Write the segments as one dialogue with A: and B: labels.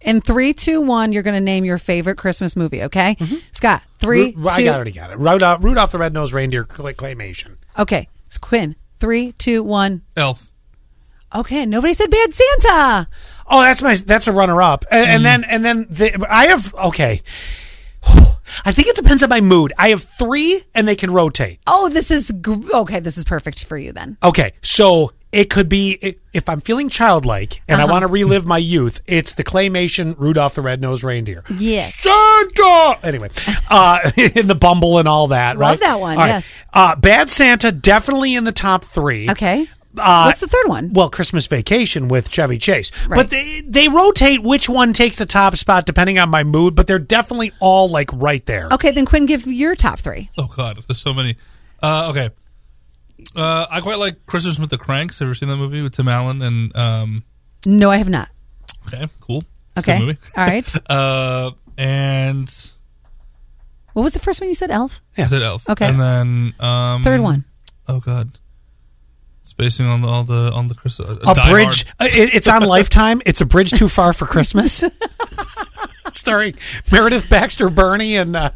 A: In three, two, one, you're going to name your favorite Christmas movie. Okay, Scott. Three,
B: Ru- Mm-hmm. I
A: two-
B: got it. I got it. Rudolph, Rudolph the Red-Nosed Reindeer cl- claymation.
A: Okay, it's Quinn. Three, two, one.
C: Elf.
A: Okay, nobody said Bad Santa.
B: Oh, that's my. That's a runner-up. And, and then and then the, I have okay. I think it depends on my mood. I have three, and they can rotate.
A: Oh, this is gr- okay. This is perfect for you then.
B: Okay, so it could be i- if I'm feeling childlike and
A: Uh-huh.
B: I want to relive my youth. It's the claymation Rudolph the Red-Nosed Reindeer.
A: Yes.
B: Santa. Anyway, uh, in the Bumble and all
A: Love
B: that. right?
A: that one,
B: All right.
A: yes.
B: Uh, Bad Santa definitely in the top three.
A: Okay.
B: Uh,
A: What's the third one?
B: Well, Christmas Vacation with Chevy Chase.
A: Right.
B: But they they rotate which one takes the top spot depending on my mood, but they're definitely all like right there.
A: Okay, then Quinn, give your top three.
C: Oh God, there's so many. Uh, okay, uh, I quite like Christmas with the Cranks. Ever seen that movie with Tim Allen and um?
A: No, I have not.
C: Okay, cool. It's a good
A: Okay,
C: movie.
A: all right.
C: Uh, and
A: What was the first one you said? Elf.
C: yeah. I said Elf.
A: Okay.
C: and then um,
B: Mm-hmm.
A: Third one.
C: Oh God, it's basing on the, all the on the Christmas. Uh,
B: A
C: Die
B: bridge.
C: Hard.
B: uh, It, it's on Lifetime. It's a bridge too far for Christmas. Starring Meredith Baxter Burney and uh,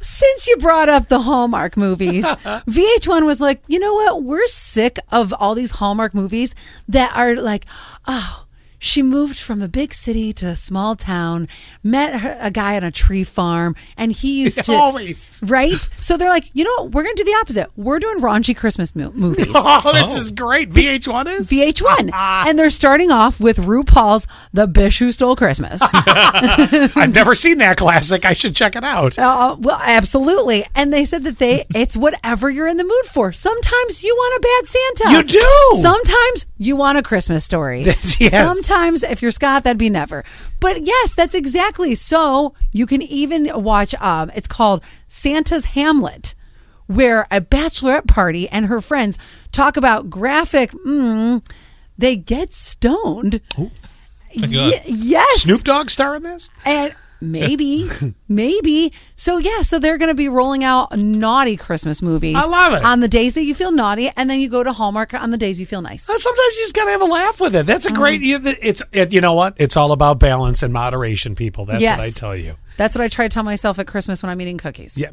A: Since you brought up the Hallmark movies, VH1 was like, you know what? We're sick of all these Hallmark movies that are like, oh, she moved from a big city to a small town, met her, a guy on a tree farm, and he used to.
B: always.
A: Right? So they're like, you know what? We're going to do the opposite. We're doing raunchy Christmas mo- movies.
B: Oh, this
C: Oh.
B: is great. VH1 is.
A: VH1. and they're starting off with RuPaul's The Bitch Who Stole Christmas.
B: I've never seen that classic. I should check it out.
A: Uh, well, absolutely. And they said that they it's whatever you're in the mood for. Sometimes you want a bad Santa.
B: You do.
A: Sometimes you want a Christmas story.
B: Yes.
A: Sometimes if you're Scott, that'd be never. But yes, that's exactly. So you can even watch. Um, it's called Santa's Hamlet. Where a bachelorette party and her friends talk about graphic, mm, they get stoned.
C: Thank God.
A: Ye- yes,
B: Snoop Dogg star in this?
A: and maybe, maybe. So yeah, so they're going to be rolling out naughty Christmas movies.
B: I love it.
A: On the days that you feel naughty, and then you go to Hallmark on the days you feel nice. Um,
B: Uh, Sometimes you just gotta have a laugh with it. That's a great. you- It's it, you know what? It's all about balance and moderation, people. That's
A: Yes.
B: what I tell you.
A: That's what I try to tell myself at Christmas when I'm eating cookies.
B: Yeah.